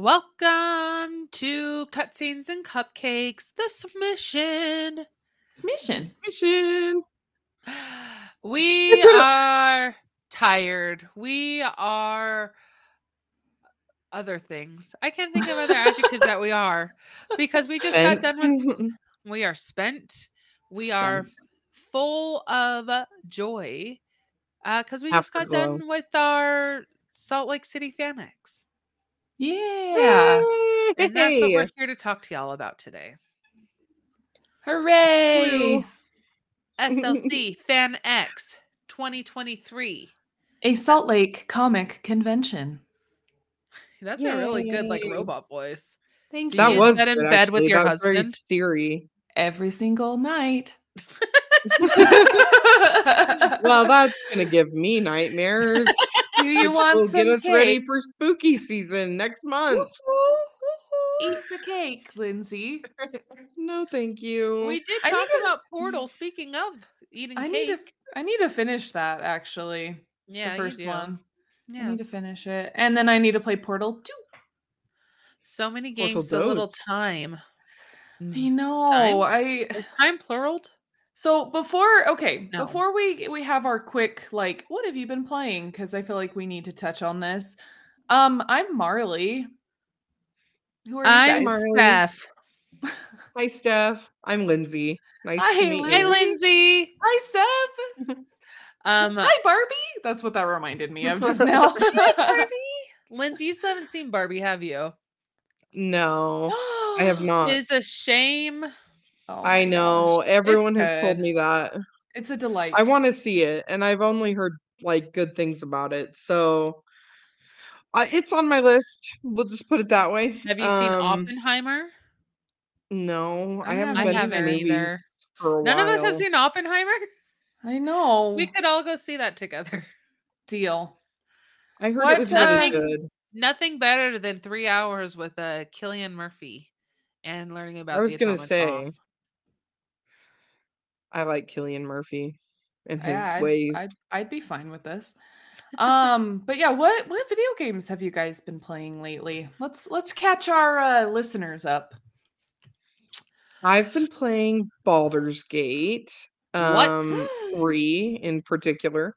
Welcome to Cutscenes and Cupcakes, the submission. It's mission. Mission. We are tired. We are other things. I can't think of other adjectives that we are because we just got done with. We are spent. We are full of joy because we just got Afterglow. done with our Salt Lake City Famex. Yeah. And that's what we're here to talk to y'all about today. Hooray. SLC Fan X 2023. A Salt Lake comic convention. That's a really good like Yay. robot voice. Thank Do you. that you was sit in good, bed with actually. your That was Very husband? theory. every single night. Well, that's gonna give me nightmares. do you which want will some get us cake? ready for spooky season next month. Eat the cake, Lindsay. no, thank you. We did Mm, I need talk to- about Portal. Speaking of eating I need cake, to. I need to finish that actually. yeah, the you first do. one. I Yeah, need to finish it, and then I need to play Portal Two. so many Portal games, so little goes. time. I Is know. I time pluraled? So before okay, No. before we we have our quick like what have you been playing cuz I feel like we need to touch on this. Um I'm Marley. Who are you I'm guys? Mar- Marley. Steph. Hi, Steph. I'm Lindsay. Nice Hi, to meet Hi, Lindsay. you. Lindsay. Hi Steph. Um, uh Hi Barbie. That's what that reminded me of just now. Barbie. Lindsay, you still haven't seen Barbie, have you? No, I have Uh. not. It's a shame. Oh my I know. gosh. It's Everyone has told good. me that. It's a delight. I want to see it, and I've only heard like good things about it. So uh, it's on my list. We'll just put it that way. Have you seen Um, Oppenheimer? No, I I haven't haven't been to either. movies Either. for a None while. of us have seen Oppenheimer. I know. We could all go see that together. Deal. I heard What, it was uh, really good. Nothing better than three hours with uh, Killian Murphy and learning about. I the was gonna atomic bomb. say, I like Killian Murphy and his Yeah, I'd- ways. I'd, I'd be fine with this. Um, but yeah, what what video games have you guys been playing lately? Let's let's catch our uh, listeners up. I've been playing Baldur's Gate. What? Um, Three in particular.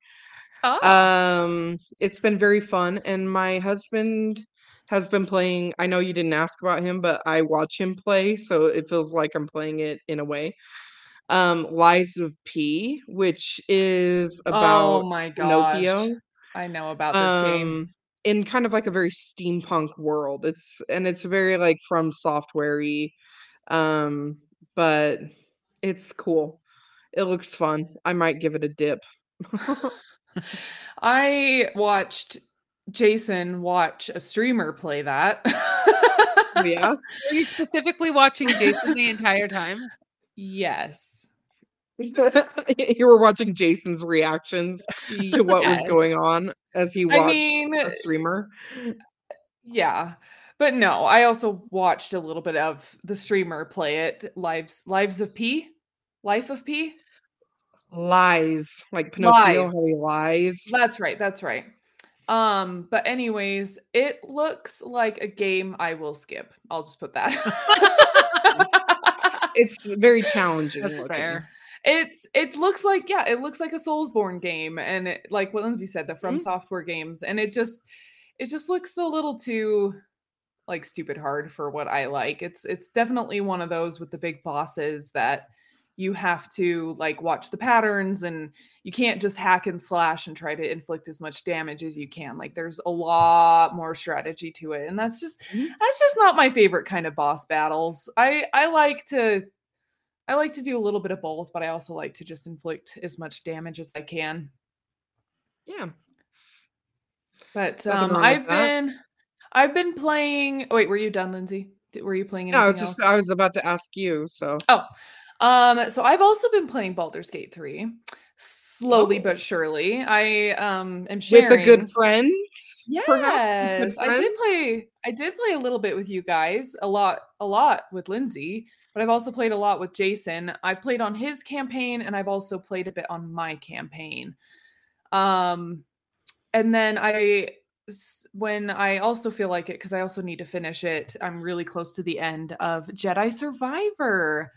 Oh, Um, it's been very fun, and my husband has been playing. I know you didn't ask about him, but I watch him play, so it feels like I'm playing it in a way. Um, Lies of P, which is oh about my gosh. Pinocchio, I know about this game. um, in kind of like a very steampunk world. It's and it's very like from softwarey, um, but it's cool. It looks fun. I might give it a dip. I watched Jason watch a streamer play that. Oh, yeah. Were you specifically watching Jason the entire time? Yes. you were watching Jason's reactions to what was Yes. going on as he I watched mean, a streamer. Yeah. But no, I also watched a little bit of the streamer play it. Lives Lives of P? Life of P? Lies, like Pinocchio, Lies. how he lies. That's right. That's right. Um, but anyways, it looks like a game I will skip. I'll just put Mm. that. It's very challenging. That's looking. fair. it's it looks like yeah, it looks like a Soulsborne game, and it, like what Lindsay said, the From Mhm. Software games, and it just it just looks a little too like stupid hard for what I like. It's it's definitely one of those with the big bosses that you have to like watch the patterns and you can't just hack and slash and try to inflict as much damage as you can like there's a lot more strategy to it and that's just Mhm. that's just not my favorite kind of boss battles i i like to i like to do a little bit of both but i also like to just inflict as much damage as i can Yeah. but Nothing um wrong with i've that. been i've been playing oh, wait were you done lindsay Did, were you playing No, I was anything just else? I was about to ask you, so Um, so I've also been playing Baldur's Gate 3 slowly Oh. but surely. I um am sharing with a good friend. perhaps, with good Yes, I did friends? play I did play a little bit with you guys, a lot, a lot with Lindsay, but I've also played a lot with Jason. I've played on his campaign and I've also played a bit on my campaign. Um and then I s- when I also feel like it because I also need to finish it. I'm really close to the end of Jedi Survivor.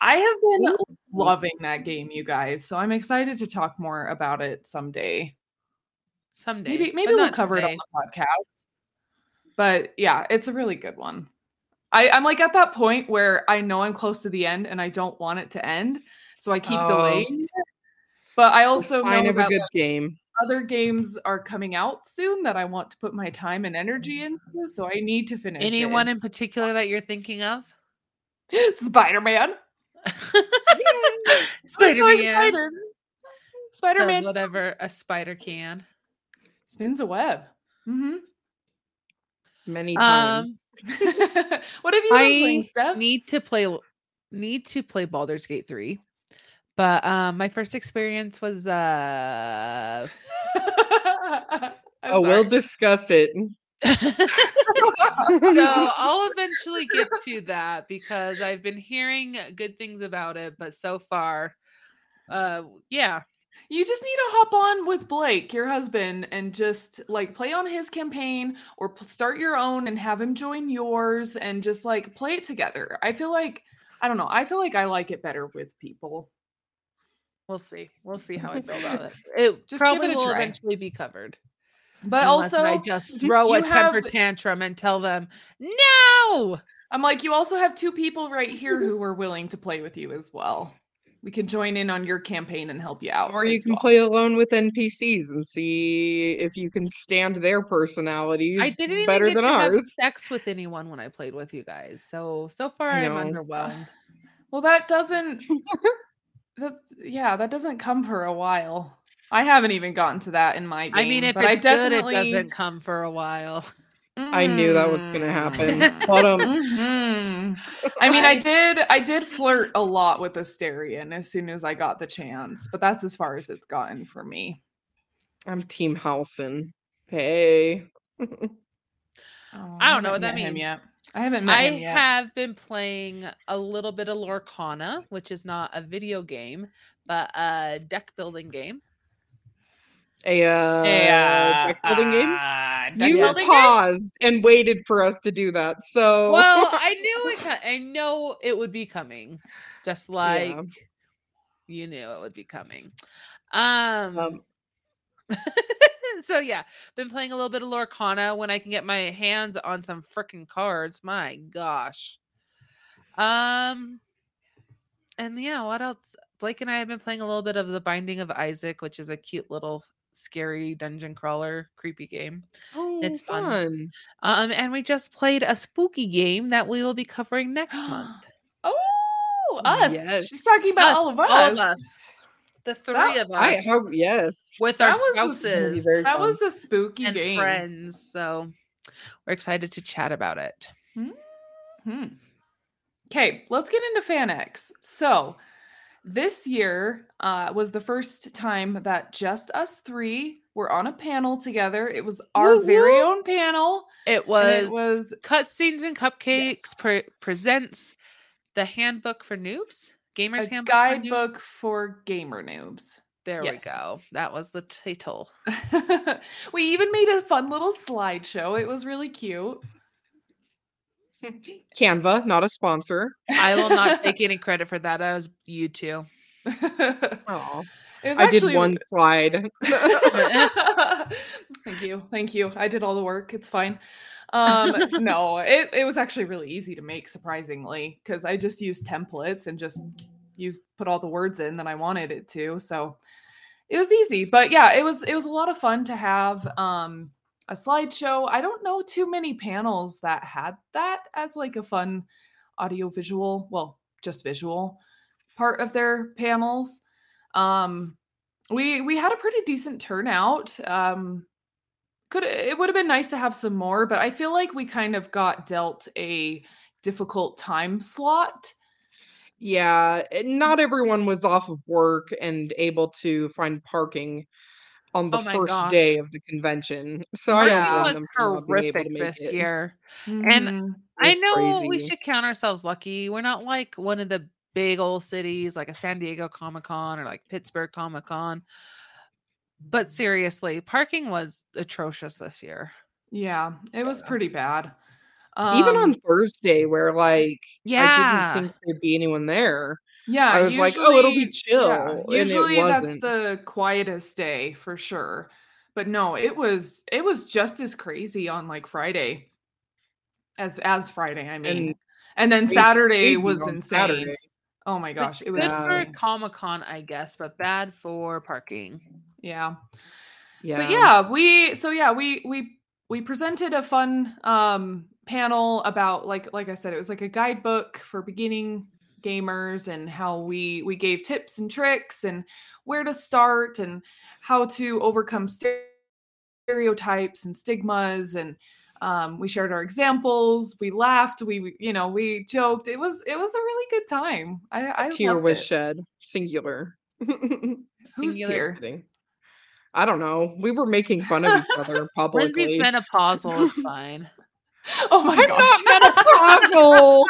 I have been loving that game, you guys. So I'm excited to talk more about it someday. Someday. Maybe but maybe we'll not cover it today. on the podcast. But yeah, it's a really good one. I, I'm like at that point where I know I'm close to the end and I don't want it to end. So I keep Oh. delaying it. But I also sign know of a that good game. other games are coming out soon that I want to put my time and energy into. So I need to finish. Mm-hmm. Anyone in particular that you're thinking of? Spider Man. Oh, I'm so Spider Man excited. Spider does Man whatever a spider can. spins a web. hmm Many times. Um, what have you been playing, I Steph? Um, need to play need to play Baldur's Gate three, but um, my first experience was uh, I'm oh, we'll sorry. Uh, discuss it. so I'll eventually get to that because I've been hearing good things about it, but so far, uh, yeah, You just need to hop on with Blake, your husband, and just like play on his campaign or p- start your own and have him join yours and just like play it together. I feel like, I don't know, I feel like I like it better with people. we'll see. We'll see how I feel about it. It Just probably give it a will try. eventually be covered, But unless also, Mhm. I just throw a you temper have- tantrum and tell them no. I'm like, you also have two people right here who are willing to play with you as well. We can join in on your campaign and help you out. or you as can well. play alone with NPCs and see if you can stand their personalities I didn't even better get than to have ours. sex with anyone when I played with you guys. So so far I I'm know. underwhelmed. Well, that doesn't. that, yeah, that doesn't come for a while. I haven't even gotten to that in my game. I mean, if but it's good, it definitely- doesn't come for a while. I knew that was gonna happen. Mm. Bottom. Mhm. I mean, I I- did. I did flirt a lot with Asterion as soon as I got the chance, but that's as far as it's gotten for me. I'm Team Howson. Hey. Oh, I don't know haven't what that met him means. yet. I haven't met I him yet. have been playing a little bit of Lorcana, which is not a video game, but a deck building game. A uh, deck building game? Ah, You uh, building game? paused and waited for us to do that. So Well, I knew it. co- I know it would be coming, just like you knew it would be coming. Um, um, so yeah, been playing a little bit of Lorcana when I can get my hands on some freaking cards. My gosh. Um and yeah, what else? Blake and I have been playing a little bit of The Binding of Isaac, which is a cute little s- scary dungeon crawler creepy game. it's oh, fun. Um and we just played a spooky game that we will be covering next month. Oh, us. Yes. She's talking about Us, all of us. All of us. The three That- of us I hope yes. with our That was a s- spouses very That fun. was a spooky and game. friends. So we're excited to chat about it. Hmm. Okay, let's get into FanX. So, this year uh, was the first time that just us three were on a panel together. It was our Woo very woo. own panel. It and was, it was Cutscenes and Cupcakes pre- presents the handbook for noobs, gamers handbook, a for Noob- guidebook for gamer noobs. There yes. we go. That was the title. we even made a fun little slideshow. It was really cute. Canva, not a sponsor. I will not take any credit for that. I was you two. it Oh, was I did actually- one slide. thank you thank you i did all the work it's fine um no it, it was actually really easy to make surprisingly because i just used templates and just used put all the words in that i wanted it to so it was easy but yeah it was it was a lot of fun to have um a slideshow i don't know too many panels that had that as like a fun audio visual well just visual part of their panels um we we had a pretty decent turnout um could it would have been nice to have some more but i feel like we kind of got dealt a difficult time slot Yeah, it- Hmm. not everyone was off of work and able to find parking on the Oh my first gosh. day of the convention. So I Parking don't blame was them for not being able horrific to make this it. year. Mhm. It I was know we crazy. should count ourselves lucky. We're not like one of the big old cities like a San Diego Comic Con or like Pittsburgh Comic Con. But seriously, parking was atrocious this year. Yeah, it was Yeah. pretty bad. Even on Um, Thursday, where like I Yeah. didn't think there'd be anyone there. yeah, I was like, oh, it'll be usually- chill. yeah, and it usually that's wasn't. the quietest day for sure. But no, it was it was just as crazy on like Friday as as Friday, I mean. And, then crazy- Saturday crazy was on insane. Saturday. Oh my gosh, it was Good for insane. Comic Con, I guess, but bad for parking. yeah. Yeah. But yeah, we so yeah, we we we presented a fun um panel about like like I said, it was like a guidebook for beginning gamers and how we we gave tips and tricks and where to start and how to overcome stere- stereotypes and stigmas and um, we shared our examples we laughed we we- you know we joked it was it was a really good time i i Tear loved was it. shed. Singular. Who's Singular- tear? Kidding. I don't know. We were making fun of each other Lindsay's publicly. menopausal. It's fine. oh my I'm gosh not menopausal.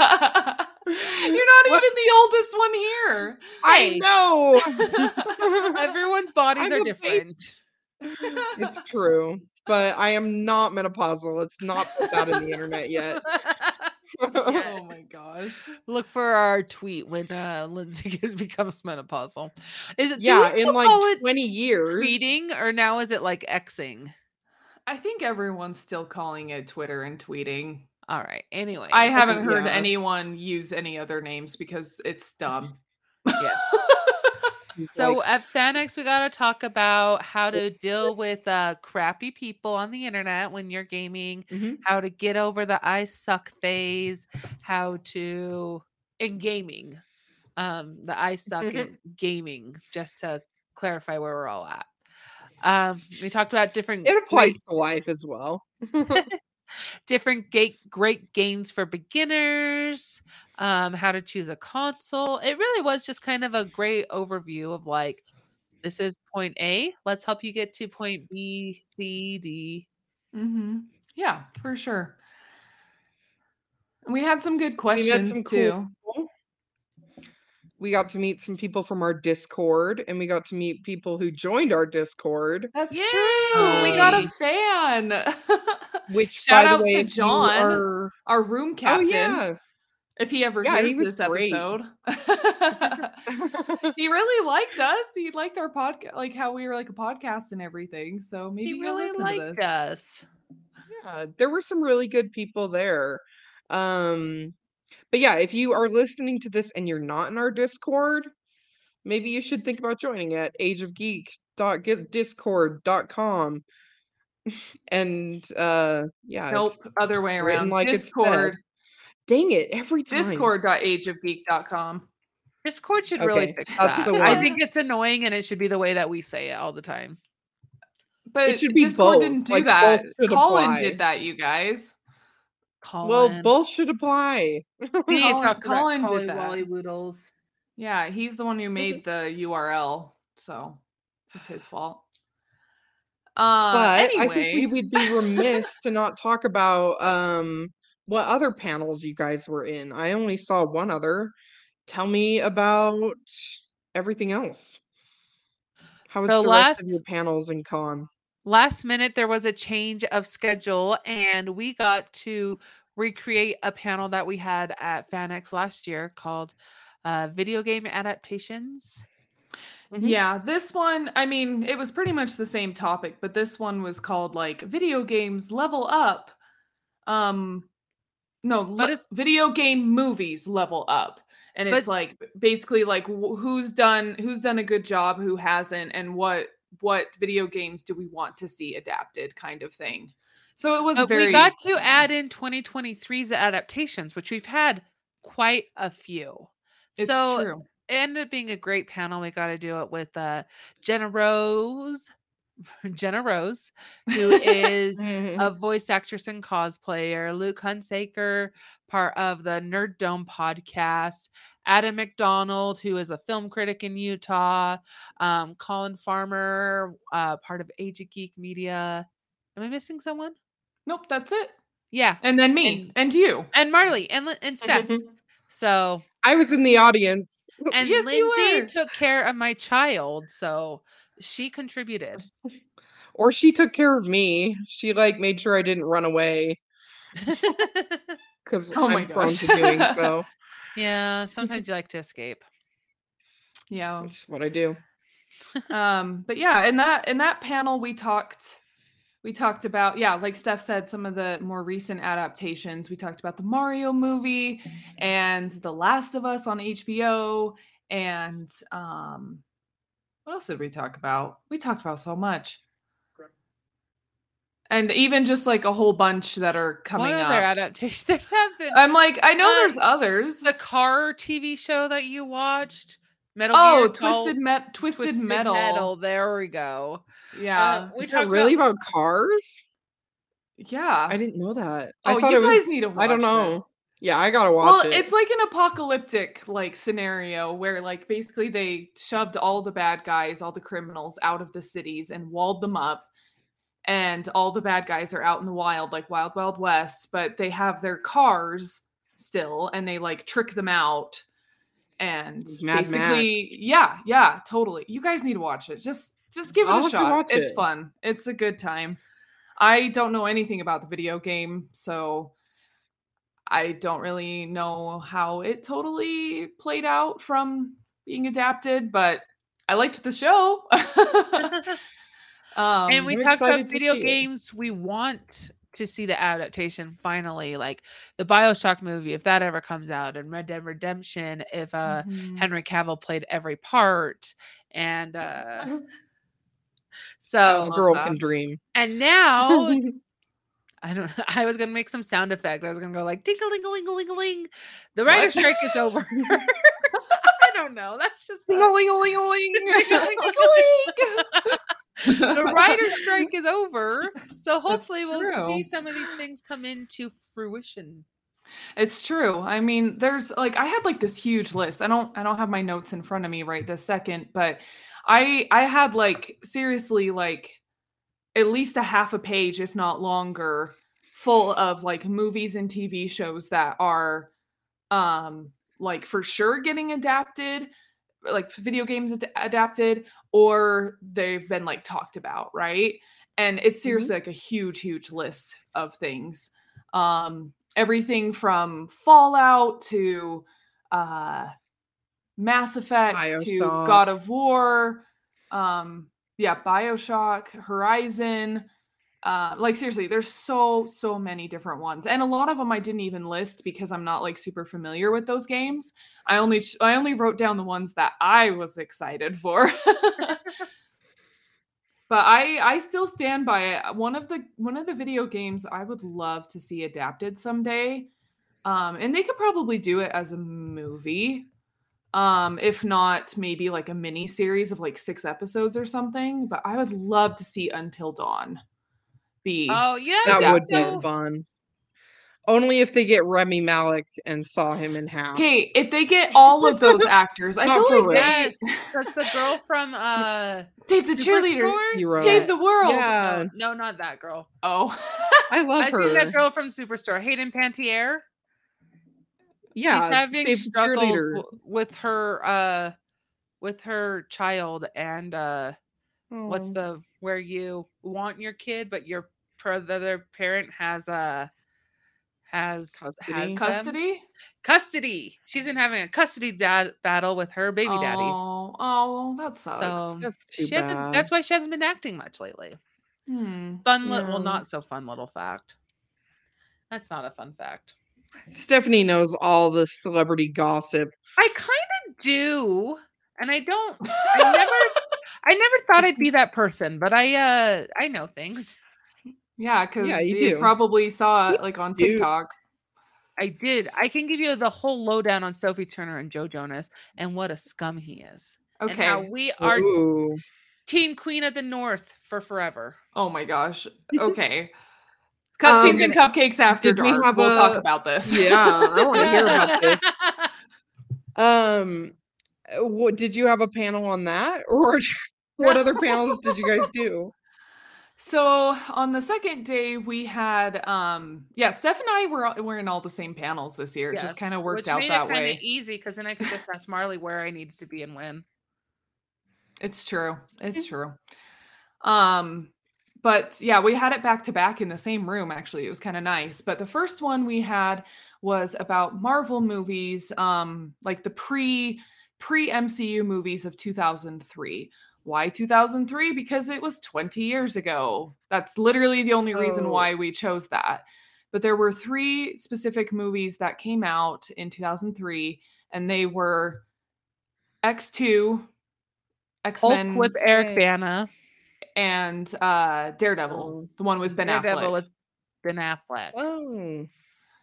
You're not even What's- the oldest one here. I Hey. know. Everyone's bodies I'm are a baby. different. it's true, but I am not menopausal. It's not put out in the internet yet. oh my gosh. Look for our tweet when uh, Lindsay gets, becomes menopausal. Is it do we yeah, in still call like it 20 years. tweeting or now is it like Xing? I think everyone's still calling it Twitter and tweeting. All right. Anyway, I haven't heard yeah. anyone use any other names because it's dumb. Yeah. he's So uh, like, at Fanex, we got to talk about how to deal with uh, crappy people on the internet when you're gaming, Mhm. how to get over the I suck phase, how to in gaming, um, the I suck Mm-hmm. in gaming. Just to clarify where we're all at. Um, we talked about different it great- applies to life as well. different gate, great games for beginners, um, how to choose a console. It really was just kind of a great overview of like, this is point A. Let's help you get to point B, C, D. hmm Yeah, for sure. We had some good questions some cool- too. We got to meet some people from our Discord and we got to meet people who joined our Discord, That's Yay! true. We got a Yay. fan. which Shout by out to the way, if you John, are- Our room Oh captain. yeah. if he ever Yeah, he hears was this great. episode. he really liked us. He liked our podcast, like how we were like a podcast and everything. So maybe he he'll really listen to liked this. us. Yeah, there were some really good people there. Um, but yeah, if you are listening to this and you're not in our Discord, maybe you should think about joining at ageofgeek.discord.com. And uh yeah, Nope, it's- other way written around. like it said. Discord, dang it, every time. discord.ageofgeek.com. Discord should really Okay, fix that's that. the I one. think it's annoying and it should be the way that we say it all the time. But should be Discord both, didn't do like, both that. should Colin apply. did that, you guys. Colin. Well, both should apply. We Colin- talked about Colin did Colin that. Wally Woodles. Yeah, he's the one who made the URL, so it's his fault. Uh, but anyway, I think we would be remiss to not talk about um what other panels you guys were in. I only saw one other. Tell me about everything else. How was So the rest of your last- panels and con? last minute there was a change of schedule and we got to recreate a panel that we had at fanex last year called uh, video game adaptations Mm-hmm. Mhm. Yeah, this one, I mean, it was pretty much the same topic, but this one was called like video games level up. Um no, le- it's- video game movies level up. And it's But- like basically like wh- who's done who's done a good job, who hasn't and what what video games do we want to see adapted kind of thing. So it was but very we got to add in 2023's adaptations which we've had quite a few it's so true. it ended up being a great panel we got to do it with uh, jenna rose jenna rose who is Mhm. Mm-hmm. a voice actress and cosplayer, Luke Hunsaker, part of the Nerd Dome podcast, Adam McDonald, who is a film critic in Utah, um, Colin Farmer, uh, part of Age of Geek Media. Am I missing someone? Nope, that's it. Yeah. And then me and you. Mm-hmm. And Marley and, Li- and Steph. Mhm. so I was in the audience. And Yes, you Lindsay were. took care of my child, so she contributed. Or she took care of me. She like made sure I didn't run away because Oh my I'm prone to gosh. doing so. yeah, sometimes you like to escape. Yeah. That's what I do. um but yeah in that in that panel we talked we talked about yeah like steph said some of the more recent adaptations we talked about the mario movie and the last of us on hbo and um what else did we talk about we talked about so much and even just like a whole bunch that are coming what up other adaptation? There's have been i'm like i know Uh, there's others the car TV show that you watched. Metal oh Gear twisted, Solid- met twisted, metal, There we go. yeah Uh, we Is that talked really about- about, cars? yeah I didn't know that. Oh, I thought you it was. guys need to watch I don't know. this. Yeah, I gotta watch Well, it. it's like an apocalyptic like scenario where like basically they shoved all the bad guys, all the criminals out of the cities and walled them up. And all the bad guys are out in the wild, like Wild Wild West, but they have their cars still and they like trick them out. And Mad Max. basically, yeah, yeah, totally. You guys need to watch it. Just just give it I'll a have to shot. watch it's it. fun. It's a good time. I don't know anything about the video game, so I don't really know how it totally played out from being adapted, but I liked the show. um, and we I'm talked excited about to video see it. games we want to see the adaptation finally, like the Bioshock movie, if that ever comes out, and Red Dead Redemption, if uh Mm-hmm. Mhm. Henry Cavill played every part. And uh so love girl that. can dream. and now I don't. I was gonna make some sound effect. I was gonna go like ding a ling a ling a ling a ling. The writer What? strike is over. I don't know. That's just what- the writer strike is over. So hopefully we'll see true. some of these things come into fruition. It's true. I mean, there's like I had like this huge list. I don't I don't have my notes in front of me right this second, but I I had like seriously like at least a half a page if not longer full of like movies and TV shows that are um like for sure getting adapted, like video games ad- adapted or they've been like talked about, right? And it's seriously like a huge huge list of things. Um everything from Fallout to uh Mass Effect to Bioshock. God of War, um yeah, BioShock, Horizon, uh, like seriously, there's so so many different ones, and a lot of them I didn't even list because I'm not like super familiar with those games. I only ch- I only wrote down the ones that I was excited for. but I I still stand by it. One of the one of the video games I would love to see adapted someday. Um and they could probably do it as a movie. Um if not maybe like a mini series of like 6 episodes or something, but I would love to see Until Dawn be Oh yeah, That would so- be fun. Only if they get Remy Malik and saw him in half. Okay, if they get all of those actors, I Not feel for like they Yes, that's the girl from uh save the cheerleader. Superstore? Heroes. Save the world. Yeah, No, no, not that girl. Oh. I love I her. seen that girl from Superstore, Hayden Pantier. yeah, she's having save the struggles cheerleader. w- with her uh with her child and uh what's Oh. the where you want your kid but your per the other parent has uh has has Custody. them. custody custody she's in having a custody dad battle with her baby daddy oh, oh that sucks so That's too she hasn't bad. that's why she hasn't been acting much lately Hmm. fun little well Yeah. not so fun little fact that's not a fun fact Stephanie knows all the celebrity gossip. I kind of do, and I don't. I never. I never thought I'd Mm-hmm. be that person, but I. uh I know things. yeah because you you, do. probably saw it like on do. tiktok I did. I can give you the whole lowdown on Sophie Turner and Joe Jonas and what a scum he is. And how okay we are Ooh. Team Queen of the North for forever. oh my gosh okay cutscenes and cupcakes after did we dark have we'll talk a- about this Yeah, I want to hear about this. Um, uh, what did you have a panel on that, or what other panels did you guys do? So on the second day, we had um yeah, Steph and I were all- were in all the same panels this year. It just kind of worked out that way. Easy because then I could just ask Marley where I needed to be and when. It's true. It's true. Um, but yeah, we had it back to back in the same room, actually. It was kind of nice. But the first one we had was about Marvel movies, um, like the pre pre MCU movies of 2003. Why 2003? Because it was 20 years ago. That's literally the only reason Oh. why we chose that. But there were three specific movies that came out in 2003, and they were X2, X Hulk Men, with Eric Yay. Bana. and uh Daredevil, Oh. the one with Ben Daredevil Affleck. with Ben Affleck. Oh,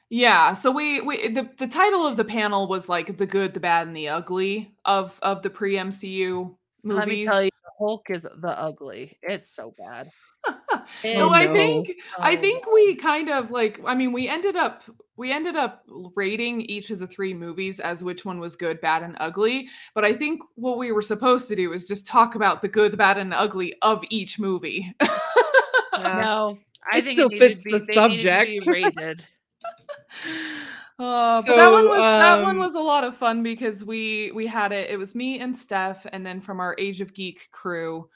yeah, so we we the, the title of the panel was like the good, the bad, and the ugly of of the pre MCU movies. Let me tell you, Hulk is the ugly. It's so bad. It- Oh, no, I no. think I oh, think we kind of like I mean we ended up we ended up rating each of the three movies as which one was good, bad and ugly, but I think what we were supposed to do is just talk about the good, the bad and the ugly of each movie. yeah. no. I It think still needed to fits be- the they needed subject. to be rated. Uh, but that one was that one So, was a lot of fun because we we had it. It was me and Steph, and then from our Age of Geek crew,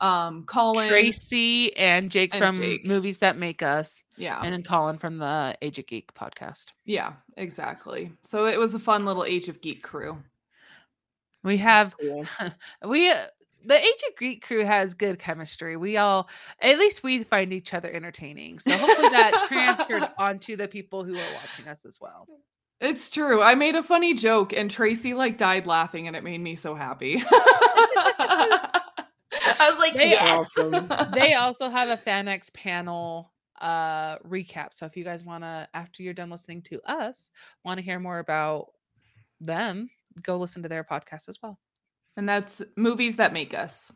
um, Colin, Tracy and Jake and from Jake. Movies That Make Us, yeah, and then Colin from the Age of Geek podcast. yeah, exactly. So it was a fun little Age of Geek crew. We have cool. we uh, the Age of Geek crew has good chemistry. We all at least we find each other entertaining. So hopefully that transferred onto the people who are watching us as well. It's true. I made a funny joke, and Tracy like died laughing, and it made me so happy. I was like, They- yes. Awesome. They also have a FanX panel uh recap. So if you guys want to after you're done listening to us, want to hear more about them, go listen to their podcast as well. and that's movies that make us.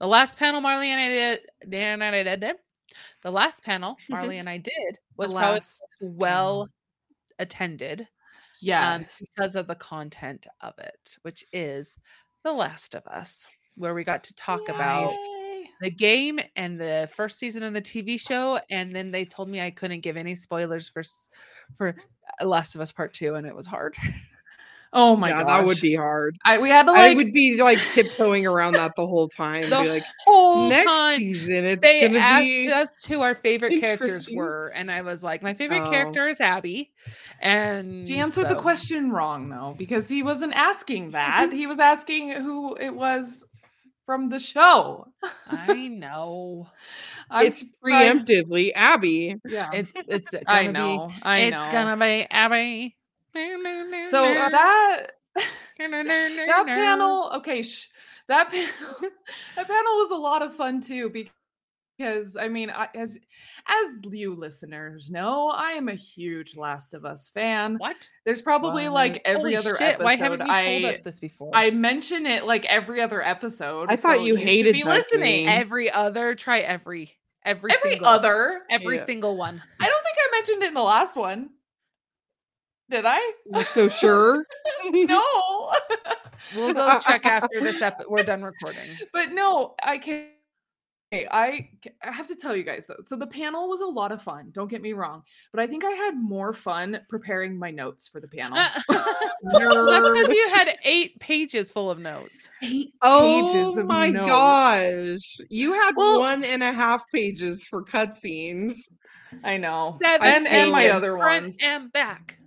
The last panel Marley and I did, Dan and I did, did- the last panel Marley and I did was probably the Alas. most well attended yeah. um, because of the content of it, which is The Last of Us, where we got to talk about the game and the first season of the TV show, and then they told me I couldn't give any spoilers for s- for uh, Last of Us Part Two, and it was hard. Oh my yeah, god, that would be hard. I, we had to I like would be like tiptoeing around that the whole time. The be like, Whole next time season it's they gonna asked be us who our favorite characters interesting. were, and I was like, my favorite Oh. character is Abby, and She answered the mm, so- question wrong though, because he wasn't asking that. He was asking who it was from the show. I know I'm it's surprised- preemptively Abby. Yeah, it's it's gonna I be- know. I it's know. gonna be Abby. so that that panel, okay, shh, that panel, that panel was a lot of fun too be- because I mean, I, as as you listeners know, I am a huge Last of Us fan. What? There's probably like What? every Holy other shit, episode Why haven't you I told us this before? I mention it like every other episode. I thought so you should hated be that listening. game. every other. Try every. Every. Mm-hmm. Every single, other. Every Yeah. single one. I don't think I mentioned it in the last one. Did I? You're so sure. No. We'll go check after this. Ep- we're done recording. but no, I can't. Okay, I c- I have to tell you guys though. So the panel was a lot of fun. Don't get me wrong, but I think I had more fun preparing my notes for the panel. That's because Nerd. you had eight pages full of notes. Eight pages Oh of my notes. gosh. You had Well- one and a half pages for cutscenes. I know. Seven And- and my pages, other front ones. and back.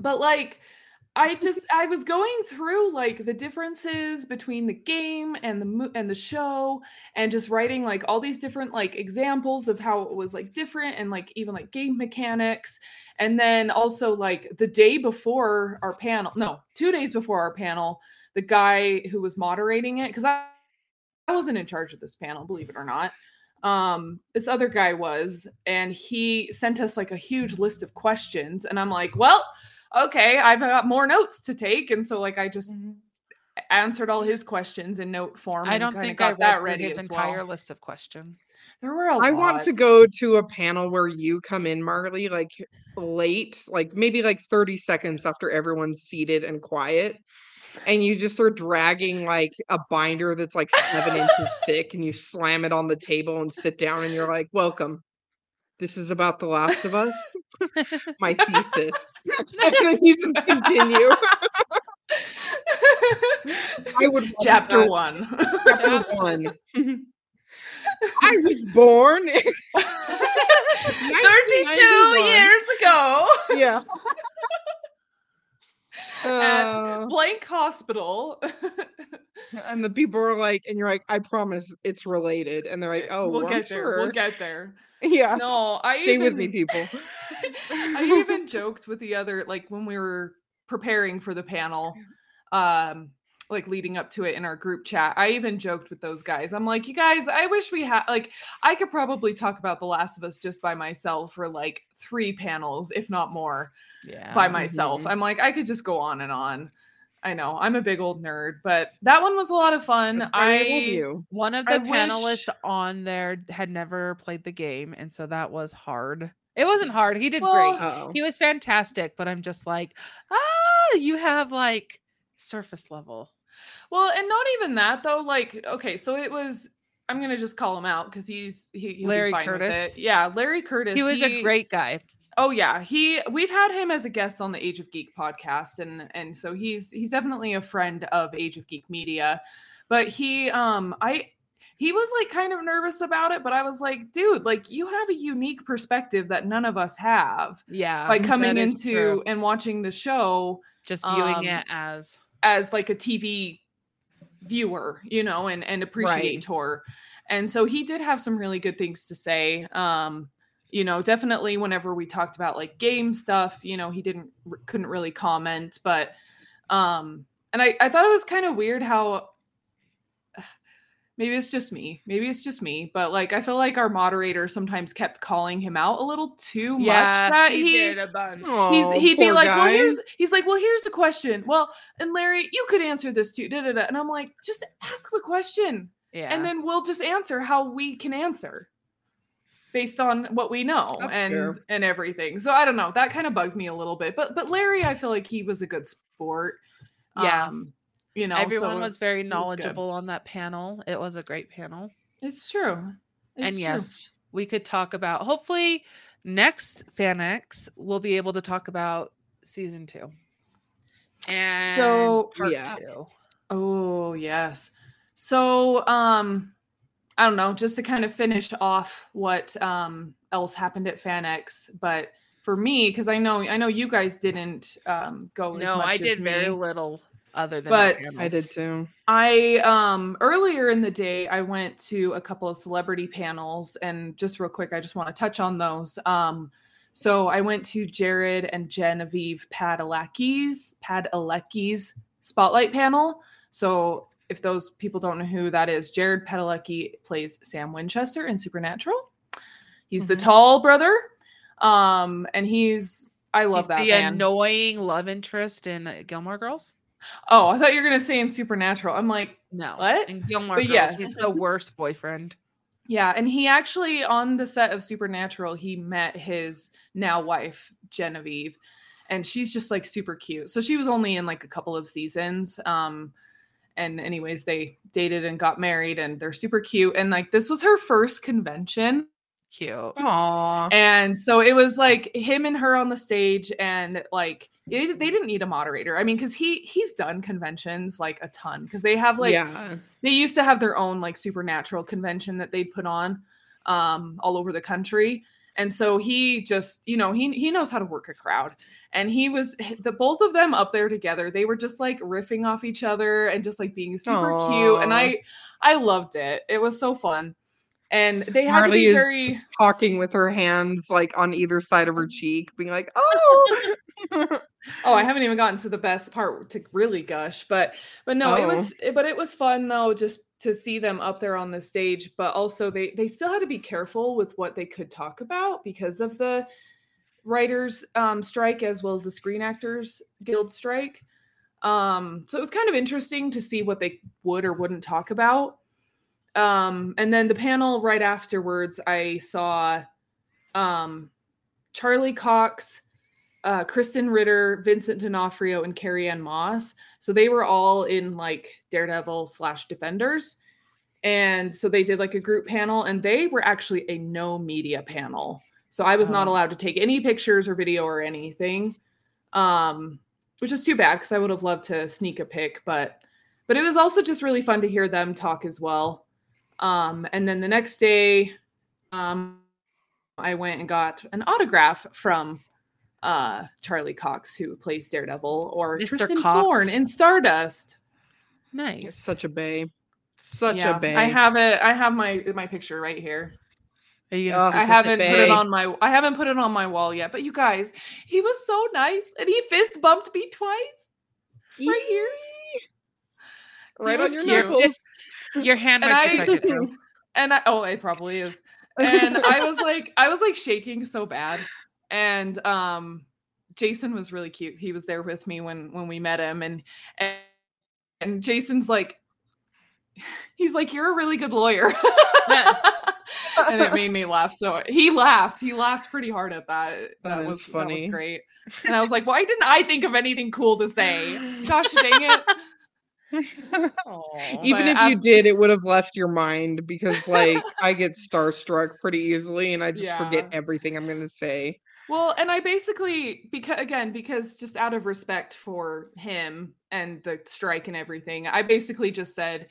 but like i just i was going through like the differences between the game and the mo- and the show and just writing like all these different like examples of how it was like different and like even like game mechanics and then also like the day before our panel no two days before our panel the guy who was moderating it because i i wasn't in charge of this panel believe it or not um this other guy was and he sent us like a huge list of questions and i'm like well okay, I've got more notes to take. And so like I just answered all his questions in note form. Mm-hmm. I and don't kinda think I got read that through ready his as entire well. list of questions. There were a I want to lot. go to a panel where you come in, Marley, like late, like maybe like 30 seconds after everyone's seated and quiet. and you just are dragging like a binder that's like seven inches thick and you slam it on the table and sit down and you're like, welcome. This is about The Last of Us, my thesis. and then you just continue. I would love Chapter that. one. Chapter one. I was born. 32 years ago yeah. at Uh, blank hospital. and the people are like, and you're like, I promise it's related. And they're like, Eh, oh, we'll well, I'm get there. We'll sure." get there. yeah. No, I Stay with me, even- people. I even joked with the other, like when we were preparing for the panel, um, like leading up to it in our group chat. I even joked with those guys. I'm like, you guys, I wish we had like I could probably talk about The Last of Us just by myself for like three panels, if not more, Um, Yeah. by myself. mhm. I'm like, I could just go on and on. I know I'm a big old nerd, but that one was a lot of fun. I love you. One of the I panelists wish- on there had never played the game, and so that was hard. It wasn't hard. He did Well, great. Oh. He was fantastic, but I'm just like, ah, you have like surface level. Well, and not even that though. Like, okay, so it was. I'm gonna just call him out because he's he, he'll be Larry fine with Curtis? it. Yeah, Larry Curtis. He was a great guy. Oh yeah, he. We've had him as a guest on the Age of Geek podcast, and and so he's he's definitely a friend of Age of Geek Media. But he, um, I. He was like kind of nervous about it, but I was like, dude, like you have a unique perspective that none of us have Yeah. by Um, that coming is into true. and watching the show just viewing um, it as as like a TV viewer, you know, and and appreciate her. And so he did have some really good things to say. Um, you know, definitely whenever we talked about like game stuff, you know, he didn't r- couldn't really comment, but um and I I thought it was kind of weird how maybe it's just me. Maybe it's just me, but like I feel like our moderator sometimes kept calling him out a little too much that he, a bunch. Aw, he's he'd be Oh, poor like, well, guy. here's he's like, well, here's the question. Well, and Larry, you could answer this too. Da, da, da. And I'm like, just ask the question, Yeah. and then we'll just answer how we can answer, based on what we know That's and fair. and everything. So I don't know. That kind of bugged me a little bit, but but Larry, I feel like he was a good sport. Yeah. Um, you know, everyone so was very good. knowledgeable on that panel. It was a great panel. It's true. It's and true. yes, we could talk about hopefully next Fanex we'll be able to talk about season two. And So, part yeah. two. Oh, yes. So, um, I don't know, just to kind of finish off what um else happened at FanX, but for me, because I know I know you guys didn't um go as Oh, No, much I as did very me. little other than But- our I I panels. did too. I um earlier in the day I went to a couple of celebrity panels and just real quick I just want to touch on those. Um so I went to Jared and Genevieve Padalecki's Padalecki's spotlight panel. So if those people don't know who that is, Jared Padalecki plays Sam Winchester in Supernatural. He's the Mhm. tall brother. Um and he's I love He's that the man. annoying love interest in uh, Gilmore Girls. oh, I thought you were going to say in Supernatural. I'm like No, What? in Gilmore But Girls, yes. he's the worst boyfriend. Yeah, and he actually on the set of Supernatural, he met his now wife Genevieve, and she's just like super cute. So she was only in like a couple of seasons. Um, and anyways, they dated and got married, and they're super cute. And like this was her first convention, Cute. Aw. and so it was like him and her on the stage, and like they, they didn't need a moderator. I mean, because he he's done conventions like a ton because they have like yeah. they used to have their own like supernatural convention that they'd put on um all over the country and so he just you know he he knows how to work a crowd and he was the both of them up there together they were just like riffing off each other and just like being super cute and Aw. i i loved it it was so fun and they had Harley to be is very just talking with her hands like on either side Mm-hmm. of her cheek, being like, "Oh, Oh, I haven't even gotten to the best part to really gush, but but no, it Oh. was it- but it was fun though just to see them up there on the stage, but also they they still had to be careful with what they could talk about because of the writers um strike as well as the Screen Actors Guild strike. Um so it was kind of interesting to see what they would or wouldn't talk about. Um and then the panel right afterwards I saw um Charlie Cox uh, Kristen Ritter, Vincent D'Onofrio, and Carrie Ann Moss. So they were all in like Daredevil slash Defenders. And so they did like a group panel, and they were actually a no media panel. So I was not Oh. allowed to take any pictures or video or anything, um, which is too bad because I would have loved to sneak a pic. But but it was also just really fun to hear them talk as well. Um, and then the next day, um, I went and got an autograph from uh, Charlie Cox, who plays Daredevil, or Mr. Kristen Cox. Thorne in Stardust. You're Nice. Such a bay. Such Yeah, a bay. I have it. I have my my picture right here. Are you gonna Oh, stick I with haven't the put it bay? on my. I haven't put it on my wall yet. But you guys, he was so nice, and he fist bumped me twice. right here. Eee. Right was on your cute. knuckles. Your hand And might be I- protected. though. And I, oh, it probably is. and I was like, I was like shaking so bad. And um, Jason was really cute. He was there with me when when we met him, and and, and Jason's like, he's like, you're a really good lawyer. and it made me laugh. So he laughed. He laughed pretty hard at that. That is was that was funny. great. And I was like, why didn't I think of anything cool to say? Gosh dang it. Even But if you af- did, it would have left your mind because, like, I get starstruck pretty easily, and I just forget Yeah. everything I'm gonna say. Well, and I basically because again because just out of respect for him and the strike and everything, I basically just said,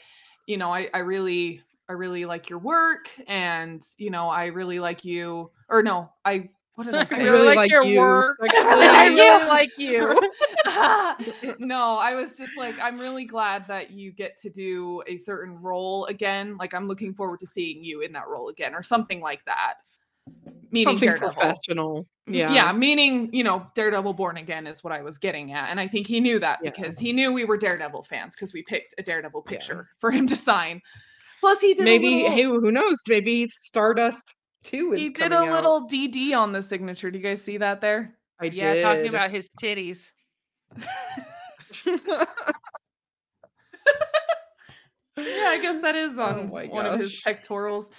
you know, I I really I really like your work and you know, I really like you or no, I what did I I say? really like your work. sexually. I really Yeah. like you. no, I was just like I'm really glad that you get to do a certain role again. Like I'm looking forward to seeing you in that role again or something like that. Meaning something Daredevil. professional. Yeah, yeah, meaning you know daredevil born again is what i was getting at and i think he knew that Yeah. because he knew we were daredevil fans because we picked a daredevil picture for him to sign plus he did Maybe a hey, little, who knows? Maybe Stardust Two is he did a coming out. little dd on the signature do you guys see that there I yeah, did. talking about his titties. yeah i guess that is on Oh my one of his gosh. pectorals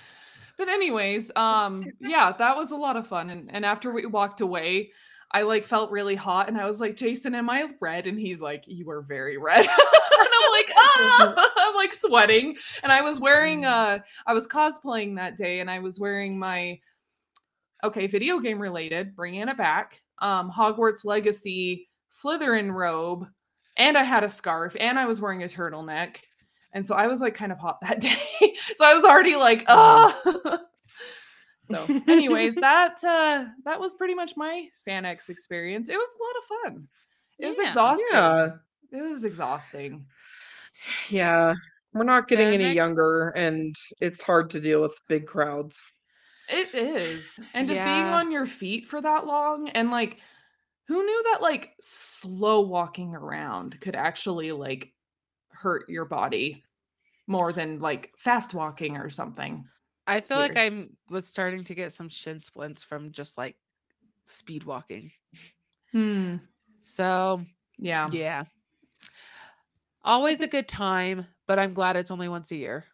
but anyways um yeah that was a lot of fun and, and after we walked away I like felt really hot and I was like, Jason, am I red? And he's like, You are very red. and I'm like, oh I'm like sweating. And I was wearing Mm. uh I was cosplaying that day and I was wearing my okay, video game related, bringing it back, um, Hogwarts Legacy Slytherin robe, and I had a scarf and I was wearing a turtleneck. And so I was like kind of hot that day. so I was already like, oh so anyways that uh that was pretty much my fanex experience it was a lot of fun it was Yeah. exhausting yeah, it was exhausting yeah. We're not getting Fair any next. younger, and it's hard to deal with big crowds. it is and just being Yeah. on your feet for that long and like who knew that like slow walking around could actually like hurt your body more than like fast walking or something I feel like Weird. I'm was starting to get some shin splints from just like speed walking. hmm So yeah yeah, always a good time, but I'm glad it's only once a year.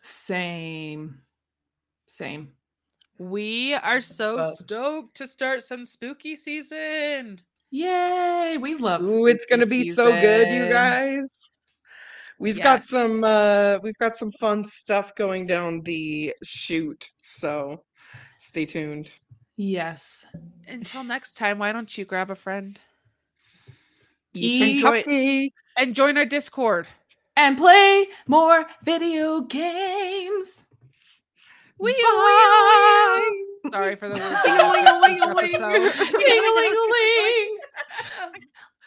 same same We are so But- stoked to start some spooky season. yay we love Ooh, it's gonna spooky be so good, you season. guys. We've Yes. got some uh we've got some fun stuff going down the chute, so stay tuned. yes Until next time, why don't you grab a friend Eat some Enjoy- cupcakes. and join our Discord? and play more video games. We Bye. sorry for the word. Ding-a-ling-a-ling-a-ling. Ding-a-ling-a-ling.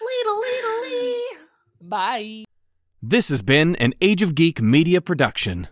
Leedle, leedle, lee. Bye. This has been an Age of Geek media production.